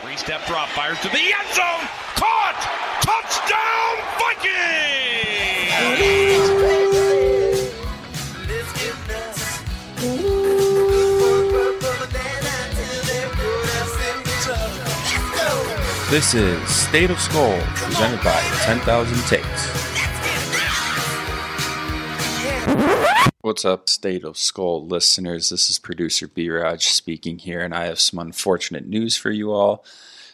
Three step drop, fires to the end zone. Caught! Touchdown, Vikings! This is State of Skull, presented by 10,000 Takes. What's up, State of Skull listeners? This is producer B Raj speaking here, and I have some unfortunate news for you all.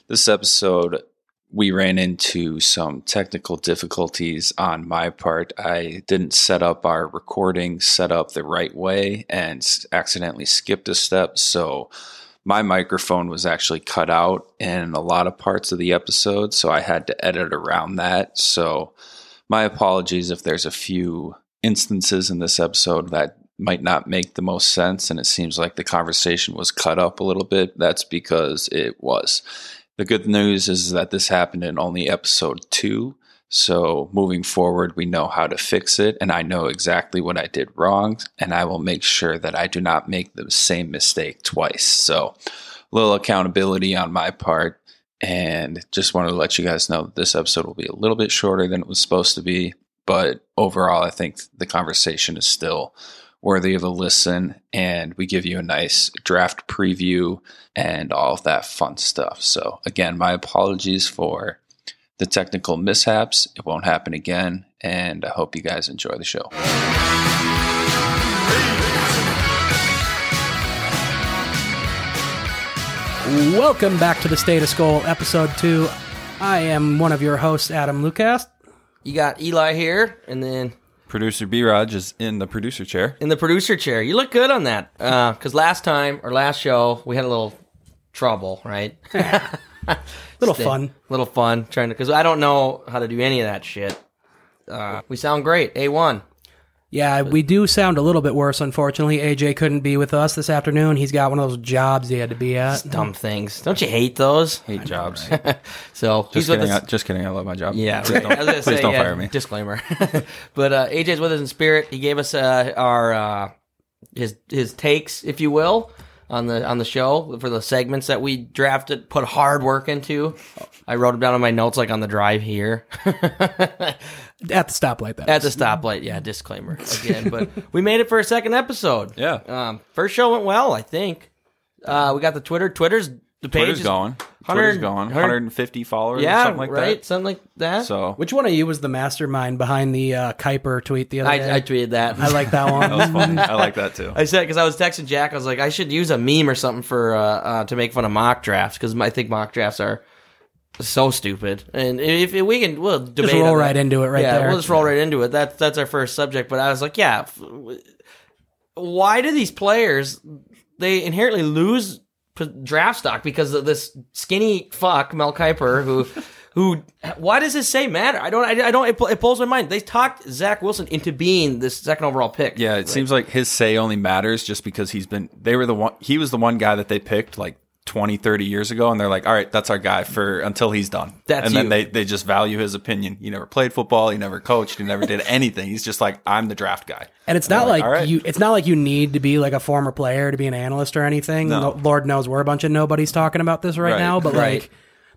This episode, we ran into some technical difficulties on my part. I didn't set up our recording setup the right way and accidentally skipped a step, so my microphone was actually cut out in a lot of parts of the episode, so I had to edit around that. So, my apologies if there's a few instances in this episode that might not make the most sense and it seems like the conversation was cut up a little bit. That's because it was. The good news is that this happened in only episode two. So moving forward, we know how to fix it, and I know exactly what I did wrong, and I will make sure that I do not make the same mistake twice. So, a little accountability on my part, and just wanted to let you guys know that this episode will be a little bit shorter than it was supposed to be, but overall, I think the conversation is still worthy of a listen, and we give you a nice draft preview and all of that fun stuff. So, again, my apologies for the technical mishaps. It won't happen again, and I hope you guys enjoy the show. Welcome back to the State of Skull, episode two. I am one of your hosts, Adam Lucas. You got Eli here, and then producer B Raj is in the producer chair. In the producer chair, you look good on that. Because uh, last time or last show, we had a little trouble, right? little Stay, fun, little fun trying to because I don't know how to do any of that shit. Uh, we sound great, a one. Yeah, we do sound a little bit worse. Unfortunately, AJ couldn't be with us this afternoon. He's got one of those jobs he had to be at. Just dumb things. Don't you hate those? Hate I jobs. Know, right? so just kidding. I, just kidding. I love my job. Yeah. Right. Don't, please say, don't yeah, fire me. Disclaimer. but uh, AJ's with us in spirit. He gave us uh, our his his takes, if you will on the on the show for the segments that we drafted, put hard work into. I wrote them down in my notes, like on the drive here. At the stoplight, that At is. the stoplight, yeah. Disclaimer again, but we made it for a second episode. Yeah, um, first show went well, I think. Uh, we got the Twitter. Twitter's the page Twitter's is going. Twitter's going. 150 followers. Yeah, something like right. That. Something like that. So, which one of you was the mastermind behind the uh, Kuiper tweet the other I, day? I tweeted that. I like that one. that was funny. I like that too. I said because I was texting Jack. I was like, I should use a meme or something for uh, uh, to make fun of mock drafts because I think mock drafts are so stupid. And if, if, we can, we'll debate. Just roll on right that. into it, right yeah, there. we'll just roll right into it. That's that's our first subject. But I was like, yeah, f- why do these players they inherently lose p- draft stock because of this skinny fuck Mel Kiper who. Who? Why does this say matter? I don't. I, I don't. It, it blows my mind. They talked Zach Wilson into being this second overall pick. Yeah, it right? seems like his say only matters just because he's been. They were the one. He was the one guy that they picked like 20, 30 years ago, and they're like, all right, that's our guy for until he's done. That's and then you. they they just value his opinion. He never played football. He never coached. He never did anything. He's just like, I'm the draft guy. And it's they're not like, like, "All right." you. It's not like you need to be like a former player to be an analyst or anything. No. Lord knows we're a bunch of nobodies talking about this right, Right. now. But Right. like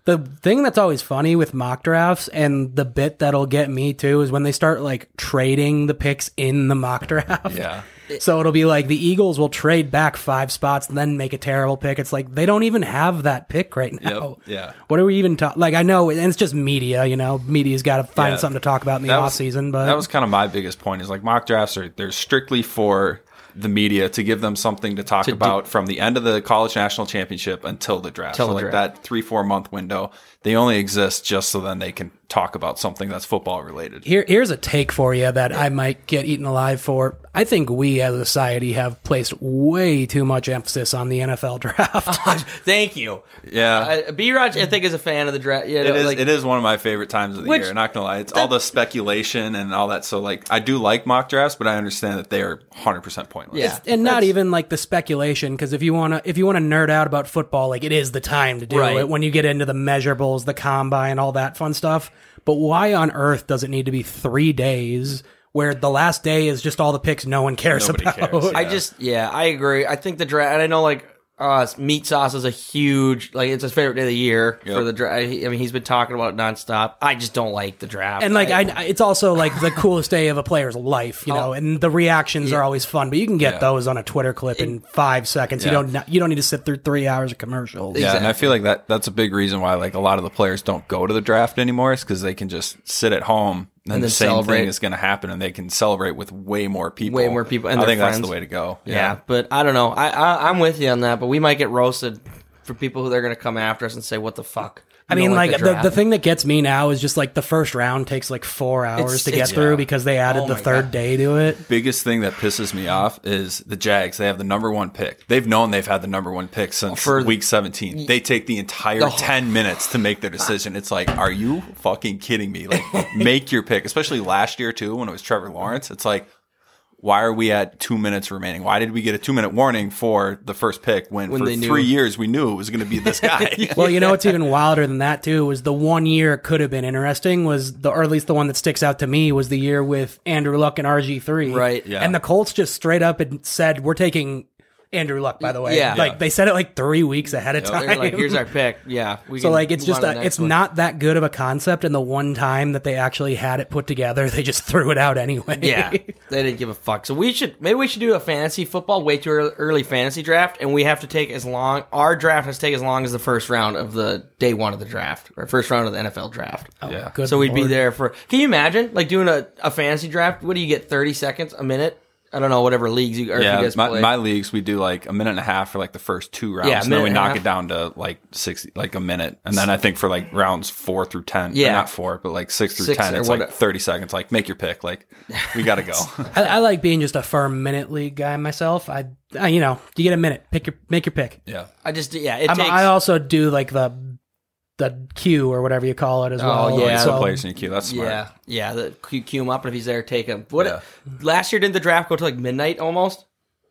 the thing that's always funny with mock drafts and the bit that'll get me too is when they start like trading the picks in the mock draft. Yeah. So it'll be like the Eagles will trade back five spots and then make a terrible pick. It's like they don't even have that pick right now. yeah. What are we even talking? Like I know, and it's just media. You know, media's got to find Yeah. something to talk about in the That off was- season. But that was kind of my biggest point is like mock drafts are they're strictly for the media to give them something to talk about from the end of the college national championship until the draft. Till so the like draft. that three four month window, they only exist just so then they can talk about something that's football related. Here, here's a take for you that I might get eaten alive for. I think we as a society have placed way too much emphasis on the NFL draft. Thank you. Yeah, Uh, B. Raj, I think, is a fan of the draft. You know, it is. like, it is one of my favorite times of the Which- year. Not gonna lie, it's all the speculation and all that. So like, I do like mock drafts, but I understand that they are hundred percent pointless. Yeah. and not even like the speculation because if you want to if you want to nerd out about football like it is the time to do Right. it when you get into the measurables the combine all that fun stuff but why on earth does it need to be three days where the last day is just all the picks no one cares Nobody about cares, yeah. I just, yeah, I agree. I think the draft, and I know, like, uh, meat sauce is a huge like it's his favorite day of the year Yep. for the draft. I mean, he's been talking about it nonstop. I just don't like the draft. And like I, it's also like the coolest day of a player's life, you know. Oh. And the reactions are always fun, but you can get those on a Twitter clip in five seconds. Yeah. You don't you don't need to sit through three hours of commercials. Yeah, and I feel like that that's a big reason why like a lot of the players don't go to the draft anymore is because they can just sit at home and, And the then same celebrate. thing is going to happen, and they can celebrate with way more people. Way more people and I their think that's friends. the way to go. yeah. but I don't know. I, I I'm with you on that, but we might get roasted for people who they're going to come after us and say, "What the fuck." I You don't mean, like, the, draft." the thing that gets me now is just like the first round takes like four hours It's- to get it's- through because they added Oh the my third God. day to it. biggest thing that pisses me off is the Jags. They have the number one pick. They've known they've had the number one pick since For- week 17. They take the entire 10 minutes to make their decision. It's like, are you fucking kidding me? Like, make your pick, especially last year, too, when it was Trevor Lawrence. It's like, why are we at two minutes remaining? Why did we get a two minute warning for the first pick when, for they knew. three years we knew it was going to be this guy? Well, you know what's even wilder than that too was the one year it could have been interesting was the or at least the one that sticks out to me was the year with Andrew Luck and RG three. Right. Yeah. And the Colts just straight up and said, We're taking Andrew Luck, by the way. Yeah. Like they said it like three weeks ahead of time. They're like, here's our pick. Yeah, we so can like it's move just on to the a, next it's one. not that good of a concept and the one time that they actually had it put together they just threw it out anyway Yeah, they didn't give a fuck. So we should maybe we should do a fantasy football way too early, early fantasy draft, and we have to take as long. Our draft has to take as long as the first round of the day one of the draft or first round of the NFL draft. yeah. Oh, Good so we'd be lord. there for. Can you imagine like doing a, a fantasy draft? What do you get? Thirty seconds, a minute? I don't know. Whatever leagues you, or if Yeah, you guys my, play. my leagues we do like a minute and a half for like the first two rounds, Yeah, and then minute we and a knock half. it down to like sixty, like a minute, and then I think for like rounds four through ten, or Yeah. not four, but like six through Six ten, or it's what- like thirty seconds. Like make your pick, like we gotta go. I, I like being just a firm minute league guy myself I, I you know you get a minute pick your make your pick yeah, I just yeah. It I'm, takes. I also do like the the queue or whatever you call it as well. yeah. so so players in your queue. That's smart. yeah, yeah. The, cue, cue him up, and if he's there, take him. What Yeah. last year didn't the draft go to like midnight almost?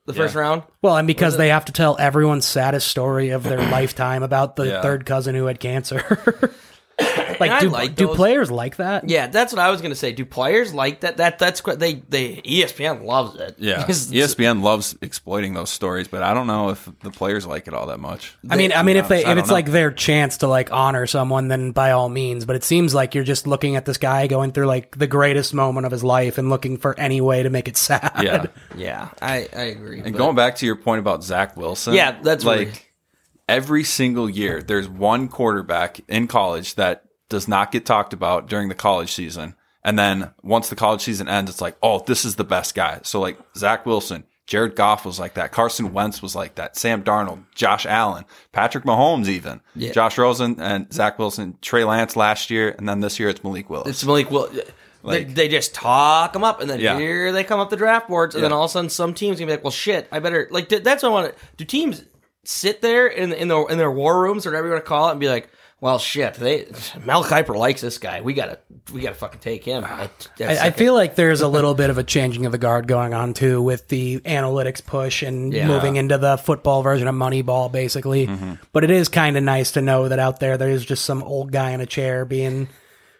The first round. well, and because they have to tell everyone's saddest story of their lifetime about the Yeah. third cousin who had cancer. I like, do, like do those. players like that? Yeah, that's what I was gonna say. Do players like that? That that's quite, they they E ESPN loves it. Yeah, E Because- ESPN loves exploiting those stories, but I don't know if the players like it all that much. I mean, I mean, if they I if don't it's know. like their chance to like honor someone, then by all means. But it seems like you're just looking at this guy going through like the greatest moment of his life and looking for any way to make it sad. Yeah, yeah, I I agree. And but- going back to your point about Zach Wilson, Yeah, that's like weird. every single year there's one quarterback in college that does not get talked about during the college season, and then once the college season ends, it's like, oh, this is the best guy. So like Zach Wilson, Jared Goff was like that, Carson Wentz was like that, Sam Darnold, Josh Allen, Patrick Mahomes, even Yeah. Josh Rosen and Zach Wilson, Trey Lance last year, and then this year it's Malik Willis. it's Malik Will. Like- they, they just talk them up, and then Yeah. here they come up the draft boards, and then Yeah. all of a sudden, some teams gonna be like, "Well, shit, I better like." th- That's what I want. to Do teams sit there in in their in their war rooms or whatever you want to call it, and be like, "Well, shit, they Mel Kiper likes this guy. We gotta we gotta fucking take him." Ah. I, that's I, I like a- feel like there's a little bit of a changing of the guard going on too with the analytics push and Yeah. Mm-hmm. moving into the football version of Moneyball, basically. But it is kind of nice to know that out there, there's just some old guy in a chair being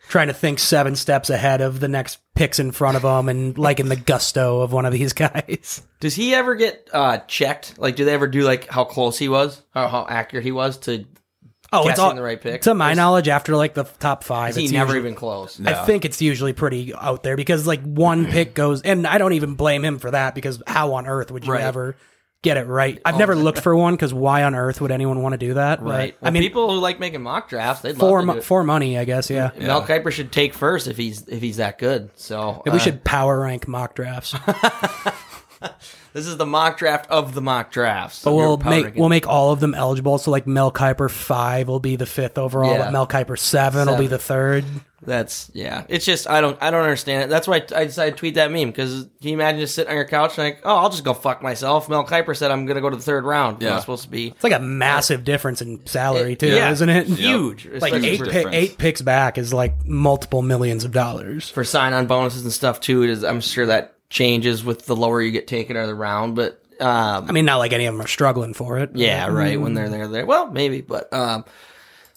trying to think seven steps ahead of the next picks in front of him and liking the gusto of one of these guys. Does he ever get uh, checked? Like, do they ever do like how close he was, how, how accurate he was to? Oh, it's Guessing all the right pick? To my Is- knowledge, after like the top five, Is he it's never usually- even close? I think it's usually pretty out there because like one pick goes, and I don't even blame him for that because how on earth would you Right. ever get it right? I've never looked for one because why on earth would anyone want to do that? But, Right. Well, I mean, people who like making mock drafts, they'd for love to mo- do it. Mm-hmm. for money, I guess. Yeah. Mel Kiper should take first if he's if he's that good. So Maybe we uh, should power rank mock drafts, This is the mock draft of the mock drafts. but You're we'll powder make ranking. we'll make all of them eligible. So like Mel Kiper five will be the fifth overall, Yeah. but Mel Kiper seven, will be Seven. the third. that's yeah. It's just I don't I don't understand it. That's why I decided to tweet that meme because can you imagine just sitting on your couch and like oh I'll just go fuck myself. Mel Kiper said I'm gonna go to the third round. Yeah, Yeah. supposed to be It's like a massive difference in salary too, yeah. isn't it? huge. Like especially eight, for- pi difference. eight picks back is like multiple millions of dollars. for sign on bonuses and stuff too. It is, I'm sure that changes with the lower you get taken out of the round, but um, I mean, not like any of them are struggling for it. Mm-hmm. yeah, right. When they're there, they're there. Well, maybe, but um,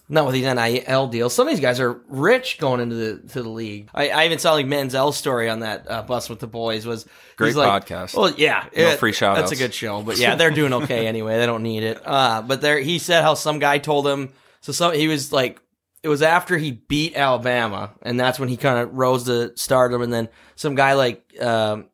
Not with these NIL deals. Some of these guys are rich going into the to the league. I, I even saw like Manziel's story on that uh, bus with the boys was he's Great like- podcast. Well, yeah, No free shout-outs. That's a good show, but yeah, they're doing okay anyway. They don't need it. Uh, but there, he said how some guy told him. So some he was like, it was after he beat Alabama, and that's when he kind of rose to stardom. And then some guy like, um,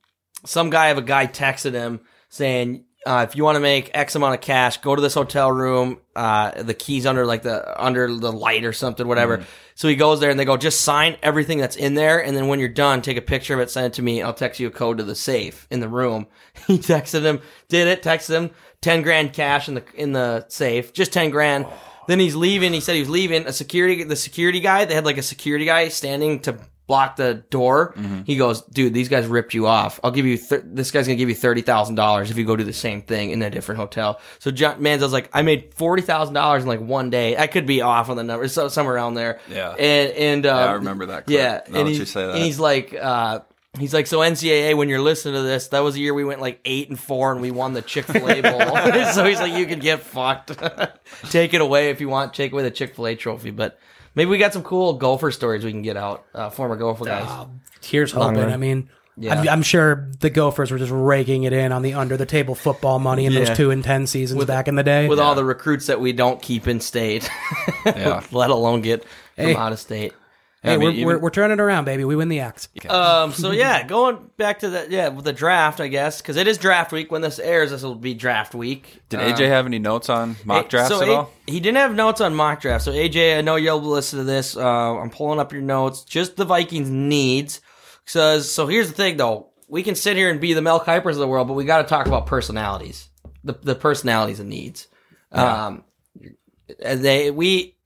some guy of a guy texted him saying, uh, if you want to make X amount of cash, go to this hotel room. Uh, the keys under like the under the light or something, whatever. So he goes there and they go, just sign everything that's in there, and then when you're done, take a picture of it, send it to me. I'll text you a code to the safe in the room. He texted him, did it, texted him, ten grand cash in the in the safe, just ten grand. Then he's leaving. He said he was leaving. A security, the security guy, they had like a security guy standing to block the door. He goes, dude, these guys ripped you off. I'll give you, th- this guy's going to give you $30,000 if you go do the same thing in a different hotel. So John Manziel's like, I made $40,000 in like one day. I could be off on the number, so, somewhere around there. Yeah. And, and, uh, Yeah, I remember that clip. Yeah. Now and that he- you say that. and he's like, uh, He's like, so NCAA, when you're listening to this, that was the year we went like eight and four and we won the Chick fil A Bowl. so he's like, you can get fucked. take it away if you want, take away the Chick fil A trophy. But maybe we got some cool gopher stories we can get out, uh, former gopher guys. Here's hoping. I mean, I'm, I'm sure the Gophers were just raking it in on the under the table football money in Yeah. those two and ten seasons back in the day. With all the recruits that we don't keep in state, Yeah. let alone get from Hey. out of state. hey, I mean, we're, even- we're, we're turning it around, baby. We win the X. Um, so yeah, going back to the yeah with the draft, I guess because it is draft week. When this airs, this will be draft week. Did AJ have any notes on mock um, Hey, drafts so at A- all? He didn't have notes on mock drafts. So AJ, I know you'll listen to this. Uh, I'm pulling up your notes. Just the Vikings needs. Says so. Here's the thing, though. We can sit here and be the Mel Kuypers of the world, but we got to talk about personalities. The the personalities and needs. Um, and they we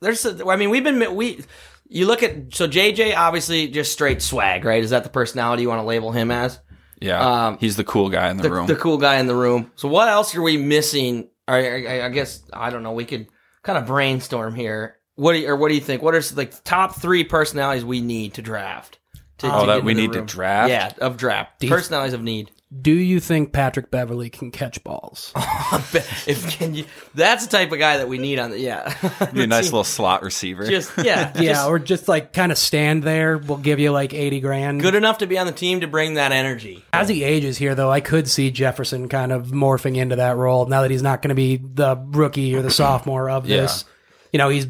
there's. a- I mean, we've been we. You look at so JJ obviously just straight swag, right? Is that the personality you want to label him as? Yeah, um, he's the cool guy in the, the, room. the cool guy in the room. So what else are we missing? I, I, I guess I don't know. We could kind of brainstorm here. What do you, or what do you think? What are like the top three personalities we need to draft? To, oh, to that get we into the need to room? draft. Yeah, of draft Do you- personalities of need. Do you think Patrick Beverly can catch balls? if can you, that's the type of guy that we need on the yeah. be a nice little slot receiver. Just yeah, yeah, just or just like kind of stand there. We'll give you like eighty grand. good enough to be on the team to bring that energy. As he ages here, though, I could see Jefferson kind of morphing into that role now that he's not going to be the rookie or the sophomore of Yeah. this. You know, he's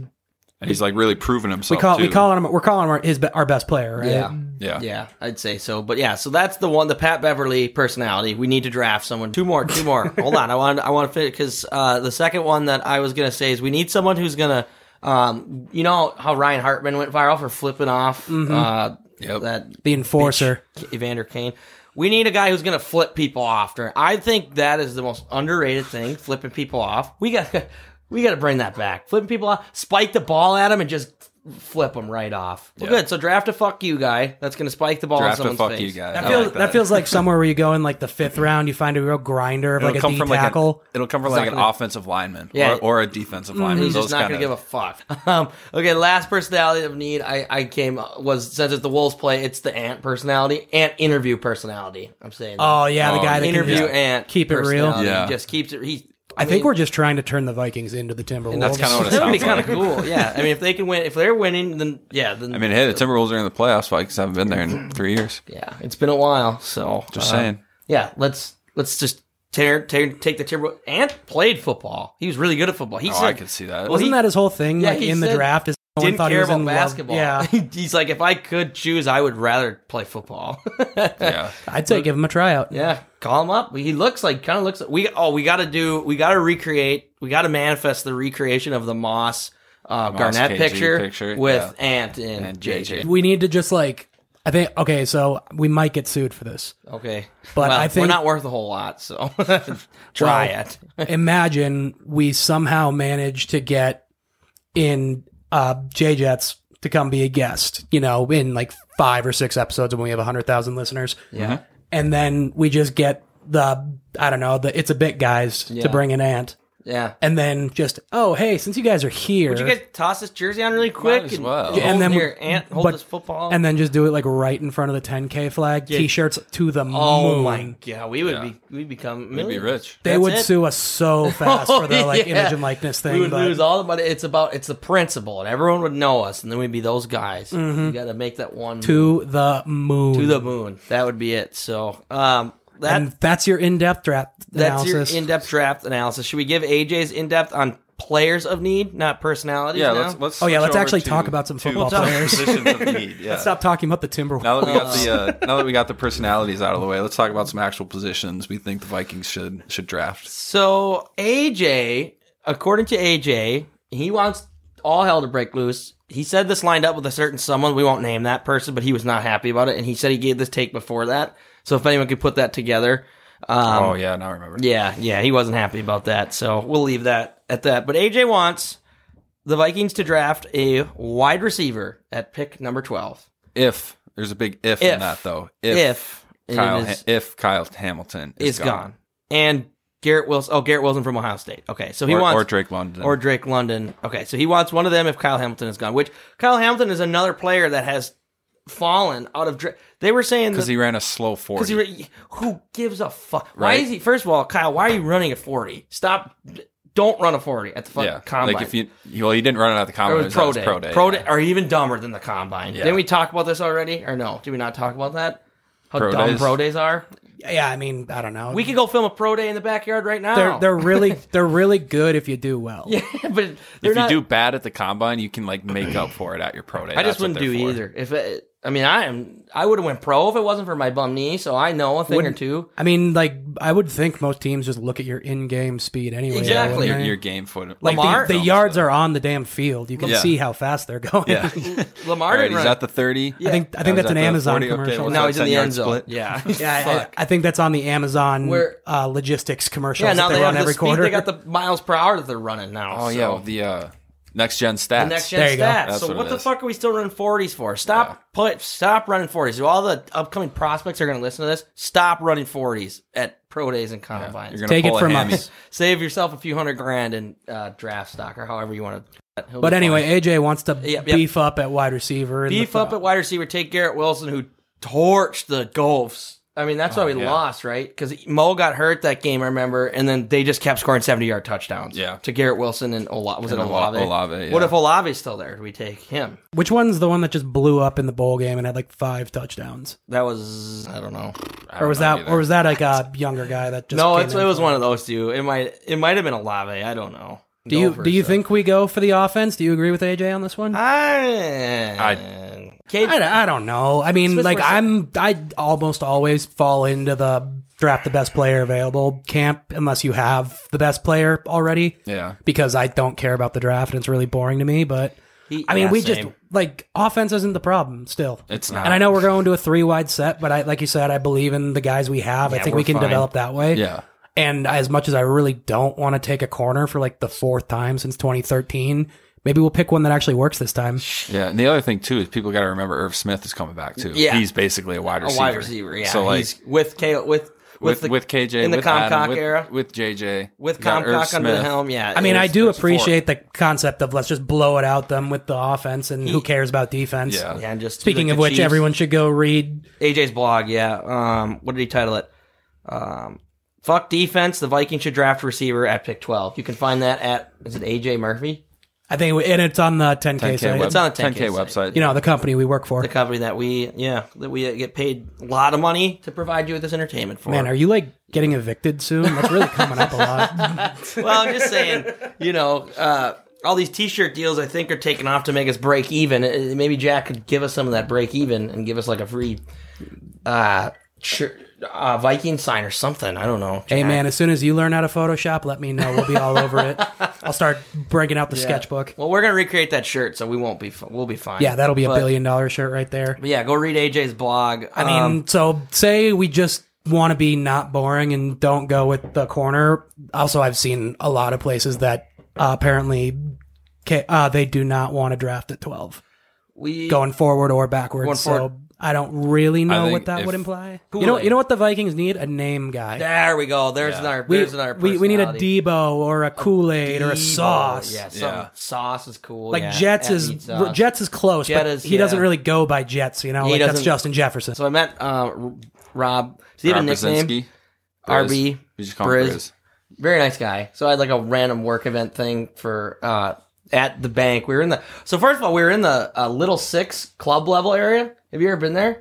and he's like really proven himself. we call we too. calling him we're calling him our, his be- our best player. Right? Yeah. Yeah. Yeah, I'd say so. But yeah, so that's the one, the Pat Beverly personality. We need to draft someone. Two more, two more. Hold on, I want, I want to fit because uh, the second one that I was gonna say is we need someone who's gonna, um, you know how Ryan Hartman went viral for flipping off uh, Mm-hmm. Yep. that the enforcer. Evander Kane. We need a guy who's going to flip people off. During, I think that is the most underrated thing, flipping people off. We got we got to bring that back. Flipping people off, spike the ball at him and just flip them right off. Well, Yeah. good. So draft a fuck you guy that's going to spike the ball Draft a in someone's fuck face. you guy. That I feels like that. feels like somewhere where you go in like the fifth round, you find a real grinder of like a D like an- tackle. it'll come from like an gonna- offensive lineman Yeah. Mm-hmm. or, or a defensive lineman. He's Those just kinda- not going to give a fuck. Um, okay, last personality of need I, I came uh, was since it's the Wolves play, it's the Ant personality, Ant interview personality. I'm saying. oh yeah, the Oh, guy that can interview just- Ant. keep it real. personality. Yeah. just keeps it. He, I, think we're just trying to turn the Vikings into the Timberwolves. that's kinda what it that would be Oh, sounds kind like. of cool. Yeah, I mean, if they can win, if they're winning, then yeah, then I mean, hey, the Timberwolves are in the playoffs. Vikings haven't been there Mm-hmm. in three years. yeah, it's been a while. So Just uh, saying. yeah, let's let's just tear, tear take the Timberwolves. Ant played football. He was really good at football. He Oh, said, I could see that. Well, Wasn't he- that his whole thing? Yeah, like he in the said- draft, is no one didn't thought care he was about in love- basketball. Yeah, he's like, if I could choose, I would rather play football. yeah. I'd say give him a tryout. Yeah, call him up. He looks like kind of looks. We oh, we got to do. We got to recreate. We got to manifest the recreation of the Moss, uh, Garnett KG picture, picture, with yeah. Ant and, And JJ. JJ. We need to just like I think okay, so we might get sued for this. Okay, But Well, I think- we're not worth a whole lot. So try Well, it. Imagine we somehow manage to get in uh J Jets to come be a guest, you know, in like five or six episodes when we have hundred thousand listeners. Yeah. And then we just get the I don't know, the it's a bit guys Yeah. to bring an ant. Yeah. and then just oh hey, since you guys are here, Would you guys toss this jersey on really quick? as well. And, Yeah, hold and then we- your aunt hold but- this football. and then just do it like right in front of the 10k flag, Yeah. t-shirts to the oh moon. my god, we would Yeah. be we'd become We'd be millionaires. rich. They That's would it. sue us so fast for their like Yeah. image and likeness thing. We would but lose all the money. It's about it's the principle, and everyone would know us, and then we'd be those guys. You got to make that one Mm-hmm. to the moon. to the moon. That would be it. So um, that and that's your in-depth draft that's analysis. your in-depth draft analysis. Should we give AJ's in-depth on players of need, not personalities? Yeah, now? let's let's. Oh, yeah, switch let's over actually to- talk about some to football the players. Positions of need. Yeah. Stop talking about the Timberwolves. Now that we got the uh, now that we got the personalities out of the way, let's talk about some actual positions we think the Vikings should should draft. So AJ, according to AJ, he wants all hell to break loose. He said this lined up with a certain someone. We won't name that person, but he was not happy about it, and he said he gave this take before that. So if anyone could put that together, um, oh yeah, now I remember. yeah, yeah, he wasn't happy about that. So we'll leave that at that. But AJ wants the Vikings to draft a wide receiver at pick number twelve. If there's a big if, If. in that though. If, If, and Kyle it Ha- is- if Kyle Hamilton is, is gone. and Garrett Wilson. Oh, Garrett Wilson from Ohio State. Okay, so he or, wants or Drake London or Drake London. Okay, so he wants one of them if Kyle Hamilton is gone. Which Kyle Hamilton is another player that has fallen out of. Dra- they were saying because he ran a slow forty. because he, re- who gives a fuck? Why Right? is he? First of all, Kyle, why are you running a forty? Stop! Don't run a forty at the fucking yeah, combine. like if you well, he didn't run it out of the Or combine. it It was was pro at day. his Pro day. yeah. or even dumber than the combine. Yeah. Didn't we talk about this already? Or no? Did we not talk about that? How Pro dumb days. pro days are. yeah, I mean, I don't know. We could go film a pro day in the backyard right now. they're they're really they're really good if you do well. yeah, but they're If you not- do bad at the combine, you can like make up for it at your pro day. I That's just what wouldn't do they're for. either. If it, I mean, I am, I would have went pro if it wasn't for my bum knee. So I know a thing Wouldn't- or two. I mean, like I would think most teams just look at your in-game speed anyway. Exactly. Your, wouldn't they? your game foot. like Lamar- the, the yards are on the damn field. You can Yeah. see how fast they're going. Yeah. Lamar All right, didn't he's run. at the thirty. I think I Now think he's that's an at the Amazon 40. Okay, commercial. well, now he's in the 10-yard end zone. split. Yeah, yeah, Fuck. I, I think that's on the Amazon Where- uh, logistics commercials. yeah. that Now they, they, run have the every speed. quarter. They got the miles per hour that they're running now. Oh so. yeah, the uh, next gen stats. The next There gen you go. stats. That's So what what it the is. fuck are we still running forties for? Stop put. Stop running forties. All the upcoming prospects are going to listen to this. Stop running forties at pro days and combines. You're gonna Take it pull a from hammy. us. Save yourself a few hundred grand in uh, draft stock or however you want to. But anyway, AJ wants to Yep, yep. beef up at wide receiver. in the beef up front. at wide receiver. Take Garrett Wilson, who torched the Golfs. I mean, that's why we Oh, yeah. lost, right? Because Mo got hurt that game, I remember, and then they just kept scoring seventy-yard touchdowns. Yeah. to Garrett Wilson and Ola- was And it Ola- Olave? Olave, yeah. What if Olave's still there? Do we take him? Which one's the one that just blew up in the bowl game and had like five touchdowns? That was I don't know. I Or was don't know that either. or was that like a younger guy that just no, came it's, in it was for- one of those two. It might it might have been Olave. I don't know. Do you Gopher, do you so. think we go for the offense? Do you agree with AJ on this one? I, I Cade- don't- I don't know. I mean, Smith like versus- I'm I almost always fall into the draft the best player available camp unless you have the best player already Yeah. because I don't care about the draft and it's really boring to me, but he- I mean, yeah, we same. just like offense isn't the problem still. It's not. And I know we're going to a three wide set, but I like you said, I believe in the guys we have. I Yeah, think we we're can fine. develop that way. Yeah. And as much as I really don't want to take a corner for like the fourth time since 2013, maybe we'll pick one that actually works this time. Yeah, and the other thing too is people got to remember Irv Smith is coming back too. Yeah. he's basically a wide a receiver. wide receiver. Yeah, So like he's with K with with with the- with, KJ in the with Adam, Comcock with- era. with JJ with you got Irv Comcock under the Smith. helm. Yeah, I mean, it I was- do it's a appreciate the concept of let's just blow it out them with the offense and who cares about defense. Yeah. Yeah, and just Speaking like of the which, Chiefs. everyone should go read. AJ's blog, yeah. Um, what did he title it? Um, fuck defense. The Vikings should draft a receiver at pick twelve. You can find that at is it AJ Murphy? I think, and it's on the 10K 10K, site. web- It's on the 10K, 10K website. You know, the company we work for. The company that we yeah that we get paid a lot of money to provide you with this entertainment for. Man, are you like getting evicted soon? That's really coming up a lot. well, I'm just saying, you know, uh, all these T-shirt deals I think are taken off to make us break even. Uh, Maybe Jack could give us some of that break even and give us like a free uh, shir- uh, Viking sign or something. I don't know. Hey Jack. man, as soon as you learn how to Photoshop, let me know. We'll be all over it. I'll start breaking out the sketchbook. Well, we're gonna recreate that shirt, so we won't be. f- We'll be fine. Yeah, that'll be a But- billion dollar shirt right there. But yeah, go read AJ's blog. Um, I mean, so say we just want to be not boring and don't go with the corner. Also, I've seen a lot of places that uh, apparently ca- uh, they do not want to draft at 12 we going forward or backwards. Going forward. So I don't really know think what that if- would imply. Who you know, would they- you know what the Vikings need? A name guy. There we go. There's another. we, there's another. we, we need a personality. Debo or a Kool Aid or a sauce. Yeah, Yeah. yeah. Sauce is cool. Like yeah. Jets That is needs sauce. Jets is close, Jet but is- he doesn't yeah. really go by Jets. You know, He like that's doesn't- Justin Jefferson. So I met uh, R- Rob. Does he have a nickname? Brzezinski? Briz. RB. We just call him Briz. Briz. very nice guy. So I had like a random work event thing for uh at the bank. We were in the so first of all we were in the uh, little six club level area. Have you ever been there?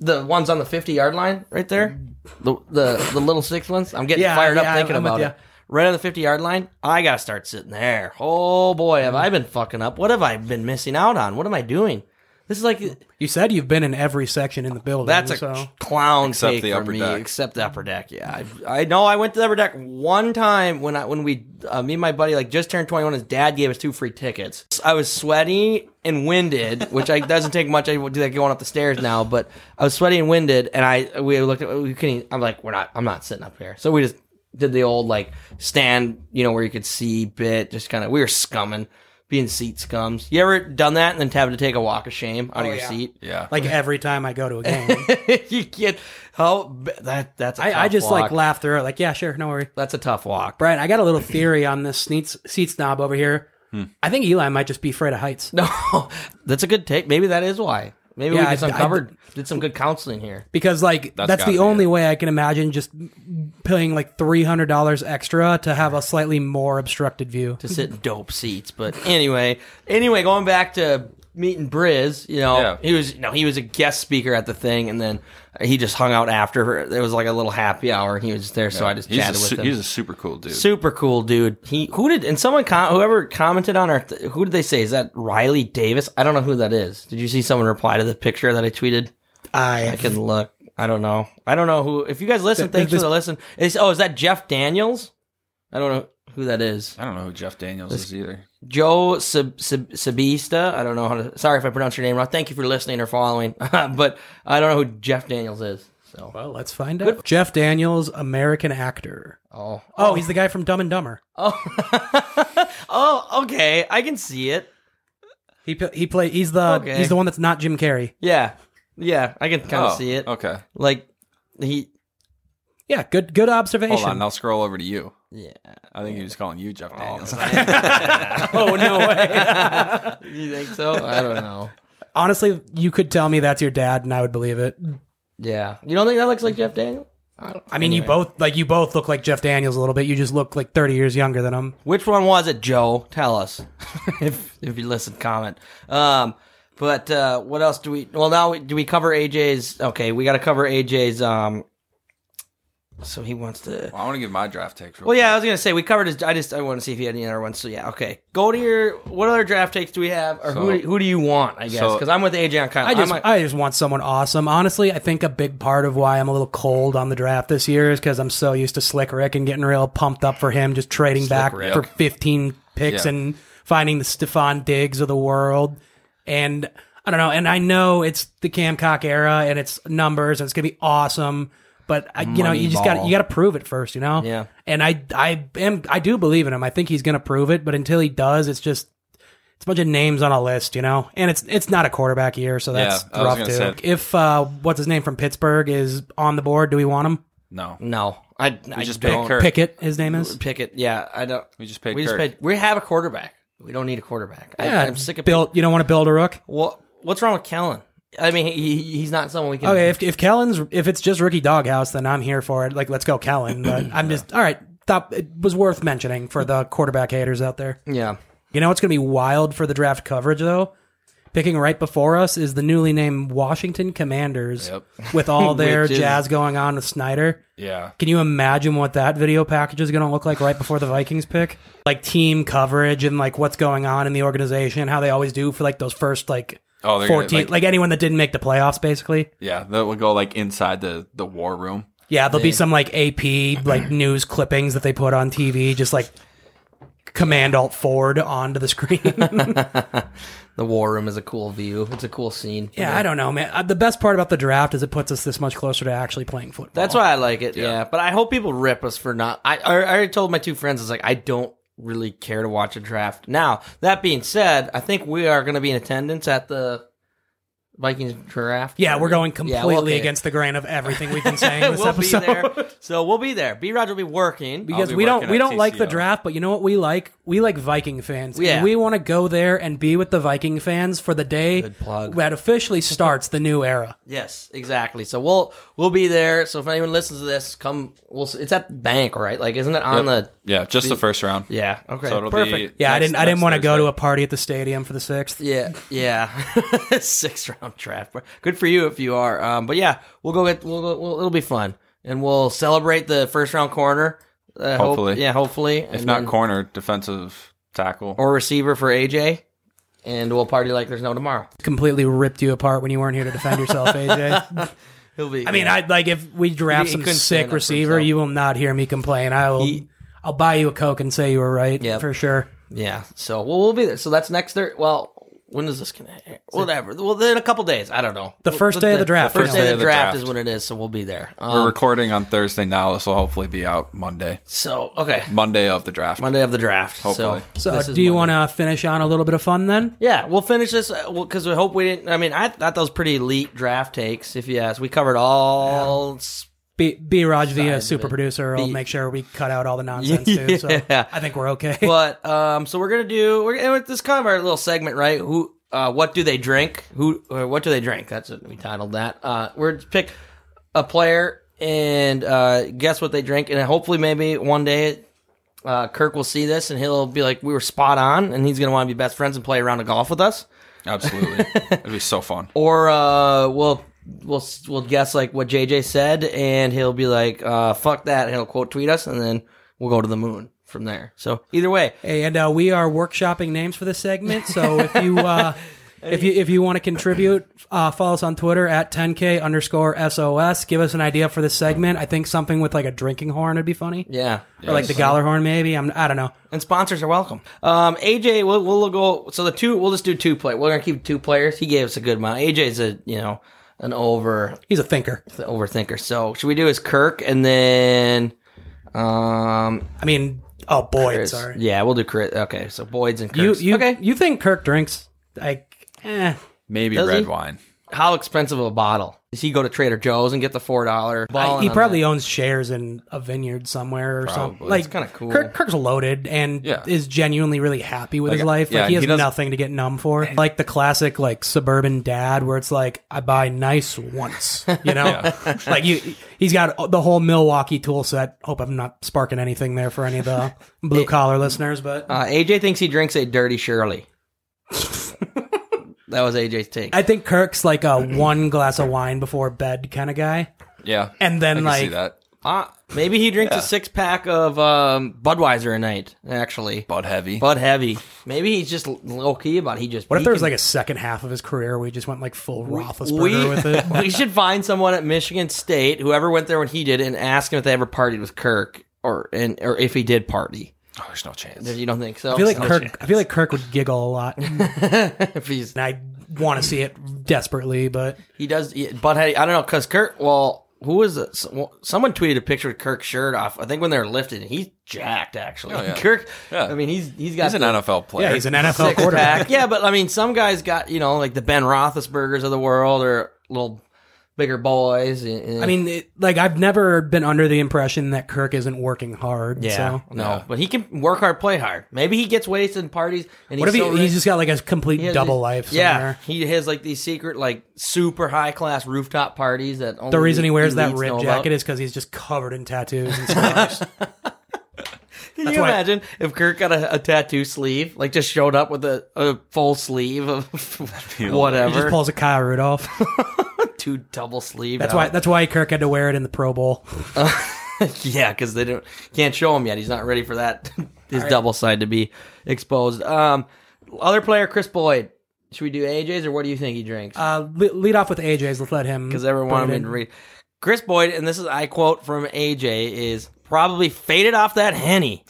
The ones on the fifty yard line right there. The the, the little six ones. I'm getting Yeah, fired up yeah, thinking I'm with about ya. it. Right on the fifty yard line. I gotta start sitting there. Oh boy, Mm. have I been fucking up? What have I been missing out on? What am I doing? This is like You said you've been in every section in the building. that's a so. clown Except take the for upper me, deck. except the upper deck. Yeah, I, I know. I went to the upper deck one time when I when we uh, me and my buddy like just turned twenty one. His dad gave us two free tickets. I was sweaty and winded, which I doesn't take much. I do that going up the stairs now, but I was sweaty and winded, and I we looked at we couldn't. I'm like, we're not. I'm not sitting up here. So we just did the old like stand, you know, where you could see bit. Just kind of we were scumming. Being seat scums. You ever done that and then having to take a walk of shame out of your Oh, yeah. seat? Yeah. like every time I go to a game, you get how b- that that's a I, tough I just walk. like laugh through it. Like, yeah, sure, no worry. that's a tough walk. Brian, I got a little theory on this sneet, seat snob over here. Hmm. I think Eli might just be afraid of heights. No, that's a good take. Maybe that is why. Maybe Yeah, we just I- I- uncovered did some good counseling here. because like that's, gotta the be only way I can imagine just paying like three hundred dollars extra to have a slightly more obstructed view. to sit in dope seats. But anyway, anyway, going back to meeting Briz, you know, Yeah. he was no, he was a guest speaker at the thing, and then he just hung out after. It was like a little happy hour, and he was there, so I just He's a, chatted su- with him. he's a super cool dude. Super cool dude. He who did and someone com- whoever commented on our th- who did they say is that Riley Davis? I don't know who that is. Did you see someone reply to the picture that I tweeted? I I can look. I don't know. I don't know who. If you guys listen, thanks this- for the listen. It's, oh, is that Jeff Daniels? I don't know who that is. I don't know who Jeff Daniels is either. Joe Sab- Sab- Sabista. I don't know how to. Sorry if I pronounced your name wrong. Thank you for listening or following. but I don't know who Jeff Daniels is. So well, let's find out. Jeff Daniels, American actor. oh Oh, he's the guy from Dumb and Dumber. oh oh okay. I can see it. He p- he play he's the Okay. he's the one that's not Jim Carrey. Yeah. Yeah, I can kind of Oh, see it. Oh, Okay. Like he Yeah, good good observation. Hold on. I'll scroll over to you. yeah. I think he was calling you Jeff Daniels. oh no way! You think so? I don't know. Honestly, you could tell me that's your dad, and I would believe it. Yeah. You don't think that looks like Jeff Daniel? I mean, you both like you both look like Jeff Daniels a little bit. You just look like thirty years younger than him. Which one was it, Joe? Tell us. if if you listen, comment. Um but uh what else do we well now we, do we cover AJ's okay, we gotta cover AJ's um so he wants to I want to give my draft takes. real Well, yeah, I was gonna say we covered his. I just I want to see if he had any other ones. So yeah, okay. Go to your. What other draft takes do we have, or who, So- who do you want? I guess so- because I'm with AJ on Kyle. I just I'm a- I just want someone awesome. Honestly, I think a big part of why I'm a little cold on the draft this year is because I'm so used to Slick Rick and getting real pumped up for him, just trading back Rick. for 15 picks Yeah. and finding the Stefan Diggs of the world. And I don't know. And I know it's the Cam Cock era and it's numbers and it's gonna be awesome. But I, you know, you just got to you got to prove it first, you know. Yeah. And I I am I do believe in him. I think he's gonna prove it. But until he does, it's just it's a bunch of names on a list, you know, and it's it's not a quarterback year, so that's Yeah, I was rough gonna too. say- If uh, what's his name from Pittsburgh is on the board, do we want him? No. no. I, I just just pick don't Kirk. Pickett, his name is. pick it. Yeah, I don't. We just paid We just Kirk. paid. We have a quarterback. We don't need a quarterback. Yeah, I, I'm sick of build. You don't want to build a rook. What What's wrong with Kellen? I mean, he, he- he's not someone we can. Okay, if if Kellen's if it's just rookie doghouse, then I'm here for it. Like, let's go Kellen. But I'm just all right. Thought it was worth mentioning for the quarterback haters out there. Yeah. You know, it's going to be wild for the draft coverage though. Picking right before us is the newly named Washington Commanders Yep. with all their Which is- jazz going on with Snyder. Yeah. Can you imagine what that video package is going to look like right before the Vikings pick? Like team coverage and like what's going on in the organization, how they always do for like those first like Oh, they're 14 gonna, like, like, anyone that didn't make the playoffs basically. yeah. That will go like inside the the war room. Yeah, there'll be some like AP like news clippings that they put on TV just like command alt forward onto the screen. The war room is a cool view. It's a cool scene. yeah, I don't know, man. Uh, The best part about the draft is it puts us this much closer to actually playing football. That's why I like it. Yeah. But I hope people rip us for not. I, I I already told my two friends, it's like, I don't really care to watch a draft. Now, that being said, I think we are going to be in attendance at the Vikings draft. Yeah, we're going Yeah, well, completely okay. against the grain of everything we've been saying this we'll episode. be there. So we'll be there. B. Rod will be working. Because be we don't working we at don't like the TCO. draft, but you know what we like? We like Viking fans. Yeah. And we want to go there and be with the Viking fans for the day Good plug. that officially starts the new era. yes, exactly. So we'll we'll be there. So if anyone listens to this, come. We'll. s- It's at the bank, right? Like, isn't it on the? Yeah, just the first round. Yeah. Okay. So it'll perfect. be Yeah, I next- didn't I didn't next want to go to Thursday. a party at the stadium for the sixth. Yeah. Yeah. Six round draft. Good for you if you are. Um. But yeah, we'll go get. We'll. go- we'll it'll be fun, and we'll celebrate the first round corner. Uh, hope- Hopefully. yeah. Hopefully. if not corner, defensive tackle. or receiver for AJ, and we'll party like there's no tomorrow. Completely ripped you apart when you weren't here to defend yourself, AJ. He'll be. I mean, I like if we draft He- he some couldn't stand up sick for receiver, himself. you will not hear me complain. I will He- I'll buy you a Coke and say you were right Yep. for sure. Yeah. So we'll, we'll be there. So that's next Thursday. Well, when is this going to air? Whatever. Well, then a couple days. I don't know. The first day of the draft, The first yeah. day of the draft, is when it is. So we'll be there. Um, We're recording on Thursday now. This will hopefully be out Monday. so okay, Monday of the draft. Monday of the draft. Hopefully. So, So, this is do you Monday. want to finish on a little bit of fun then? Yeah, we'll finish this because we hope we didn't. I mean, I thought that was pretty elite draft takes. If you ask, we covered all s- B, B Raj Side via of super it. producer will B- make sure we cut out all the nonsense too. So Yeah. I think we're okay. but um, so we're gonna do we're gonna, this is kind of our little segment, right? Who, uh, what do they drink? Who, or what do they drink? That's what we titled that. Uh, we're to pick a player and uh, guess what they drink, and hopefully maybe one day. Uh, Kirk will see this and he'll be like, "We were spot on," and he's gonna want to be best friends and play a round of golf with us. Absolutely. It'll be so fun. Or uh, we'll we'll we'll guess like what JJ said, and he'll be like, uh, "Fuck that," and he'll quote tweet us, and then we'll go to the moon from there. So either way, and uh, we are workshopping names for this segment. So if you uh, if you if you want to contribute, uh, follow us on Twitter at 10k underscore sos. Give us an idea for this segment. I think something with like a drinking horn would be funny, yeah. or like the Galler horn maybe. I'm I don't know. And sponsors are welcome. Um, AJ, we'll, we'll go. So the two, we'll just do two play. We're gonna keep two players. He gave us a good amount. AJ's a you know an over He's a thinker. overthinker. So should we do his Kirk and then um I mean, oh boy, Chris. sorry. yeah we'll do Chris. Okay, so Boyd's and You Kirk's. you okay? you think Kirk drinks like? Eh. Maybe Does red he? wine. How expensive of a bottle? Does he go to Trader Joe's and get the four dollar? I- he probably owns shares in a vineyard somewhere or something. Like kinda cool. Kirk, Kirk's loaded and Yeah. is genuinely really happy with his life. yeah, like he has he doesn't- nothing to get numb for. Like the classic like suburban dad where it's like I buy nice once, you know. like you, he's got the whole Milwaukee tool set. Hope I'm not sparking anything there for any of the blue collar listeners, but Uh, AJ thinks he drinks a dirty Shirley. that was AJ's take. I think Kirk's like a one glass of wine before bed kind of guy, Yeah. and then I can see like that. Uh, maybe he drinks a six pack of um, Budweiser a night. Actually, Bud heavy. Bud heavy. Maybe he's just low key about it. he just. What if there was can- like a second half of his career where he just went like full Roethlisberger we, with it? we should find someone at Michigan State, whoever went there when he did, and ask him if they ever partied with Kirk or and or if he did party. oh, there's no chance. You don't think so? I feel like Kirk. I feel like Kirk would giggle a lot, and if he's I want to see it desperately. But he does, he, but hey, I don't know because Kirk. Well, who was it? S- well, someone tweeted a picture of Kirk's shirt off? I think when they were lifted, and he's jacked actually. Oh, yeah. Kirk. Yeah. I mean, he's he's got He's an the- NFL player. yeah, he's an NFL six quarterback. pack. Yeah, but I mean, some guys got you know like the Ben Roethlisbergers of the world or little bigger boys. and- and- I mean, it, like I've never been under the impression that Kirk isn't working hard. yeah, So. no, but he can work hard, play hard. Maybe he gets wasted in parties. And What if he's he, so rich- he's just got like a complete he has double these- life? Somewhere. Yeah, he has like these secret, like super high class rooftop parties that only The reason he wears that elites rib know jacket about. is because he's just covered in tattoos and scars. Can you why- imagine if Kirk got a, a tattoo sleeve, like just showed up with a, a full sleeve of he just whatever, pulls a Kyle Rudolph. two double sleeve. That's out. why. That's why Kirk had to wear it in the Pro Bowl. Yeah, because they don't can't show him yet. He's not ready for that his double side to be exposed. Um, other player Chris Boyd. Should we do AJ's or what do you think he drinks? Uh, le- lead off with AJ's. Let's let him Because everyone put it been in. read Chris Boyd, and this is I quote from AJ is probably faded off that henny.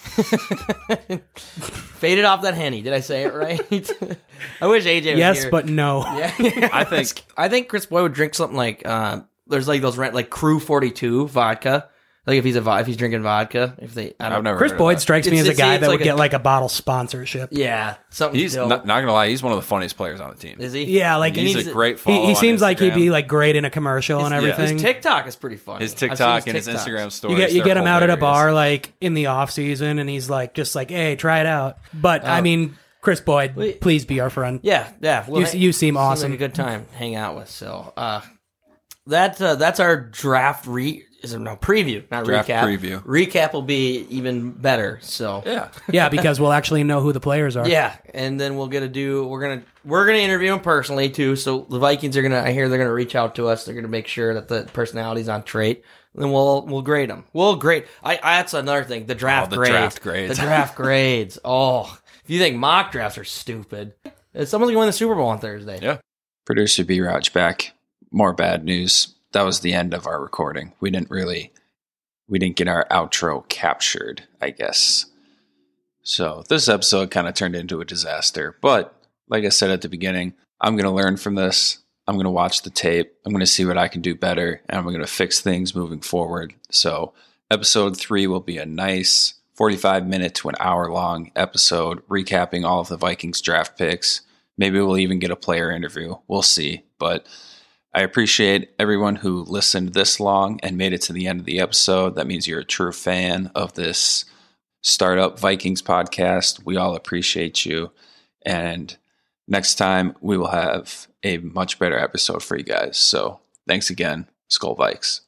faded off that henny. Did I say it right? I wish AJ. Was Yes, here. but no. I think I think Chris Boyd would drink something like uh, there's like those rent like Crew 42 vodka. Like if he's a vo- if he's drinking vodka, if they I don't I've never. Chris heard of Boyd that. strikes me It's- as a it's- guy it's that like would get a- like a bottle sponsorship. yeah something. He's dope. not, not gonna lie. He's one of the funniest players on the team. is he? Yeah, like He he's needs a to- great follow. He, he on seems like he'd Instagram. be like great in a commercial and His- yeah, his everything. His TikTok is pretty funny. his I've seen TikTok and his TikToks. Instagram stories. you get you they're get him out at a hilarious. bar like in the off season, and he's like just like, hey, try it out. But Oh. I mean, Chris Boyd, Wait. please be our friend. Yeah, yeah. Well, You- hey, you seem seemed like awesome. a good time to hang out with. So uh, that uh, that's our draft re is it no preview, not Draft recap. preview. Recap will be even better. So Yeah, Yeah, because we'll actually know who the players are. yeah, and then we'll get to do we're gonna we're gonna interview him personally too. So the Vikings are gonna I hear they're gonna reach out to us. They're gonna make sure that the personality's on trait. Then we'll we'll grade them. We'll grade. I, I that's another thing. The draft Oh, the grades. draft grades. The draft grades. Oh, if you think mock drafts are stupid, Uh, someone's gonna win the Super Bowl on Thursday. Yeah. Producer B Raj back. More bad news. That was the end of our recording. We didn't really we didn't get our outro captured, I guess. So this episode kind of turned into a disaster. But like I said at the beginning, I'm gonna learn from this. I'm gonna watch the tape. I'm gonna see what I can do better, and I'm gonna fix things moving forward. So episode three will be a nice 45 minute to an hour long episode recapping all of the Vikings draft picks. Maybe we'll even get a player interview. We'll see. But I appreciate everyone who listened this long and made it to the end of the episode. That means you're a true fan of this Startup Vikings podcast. We all appreciate you. And next time, we will have a much better episode for you guys. So thanks again, Skull Vikes.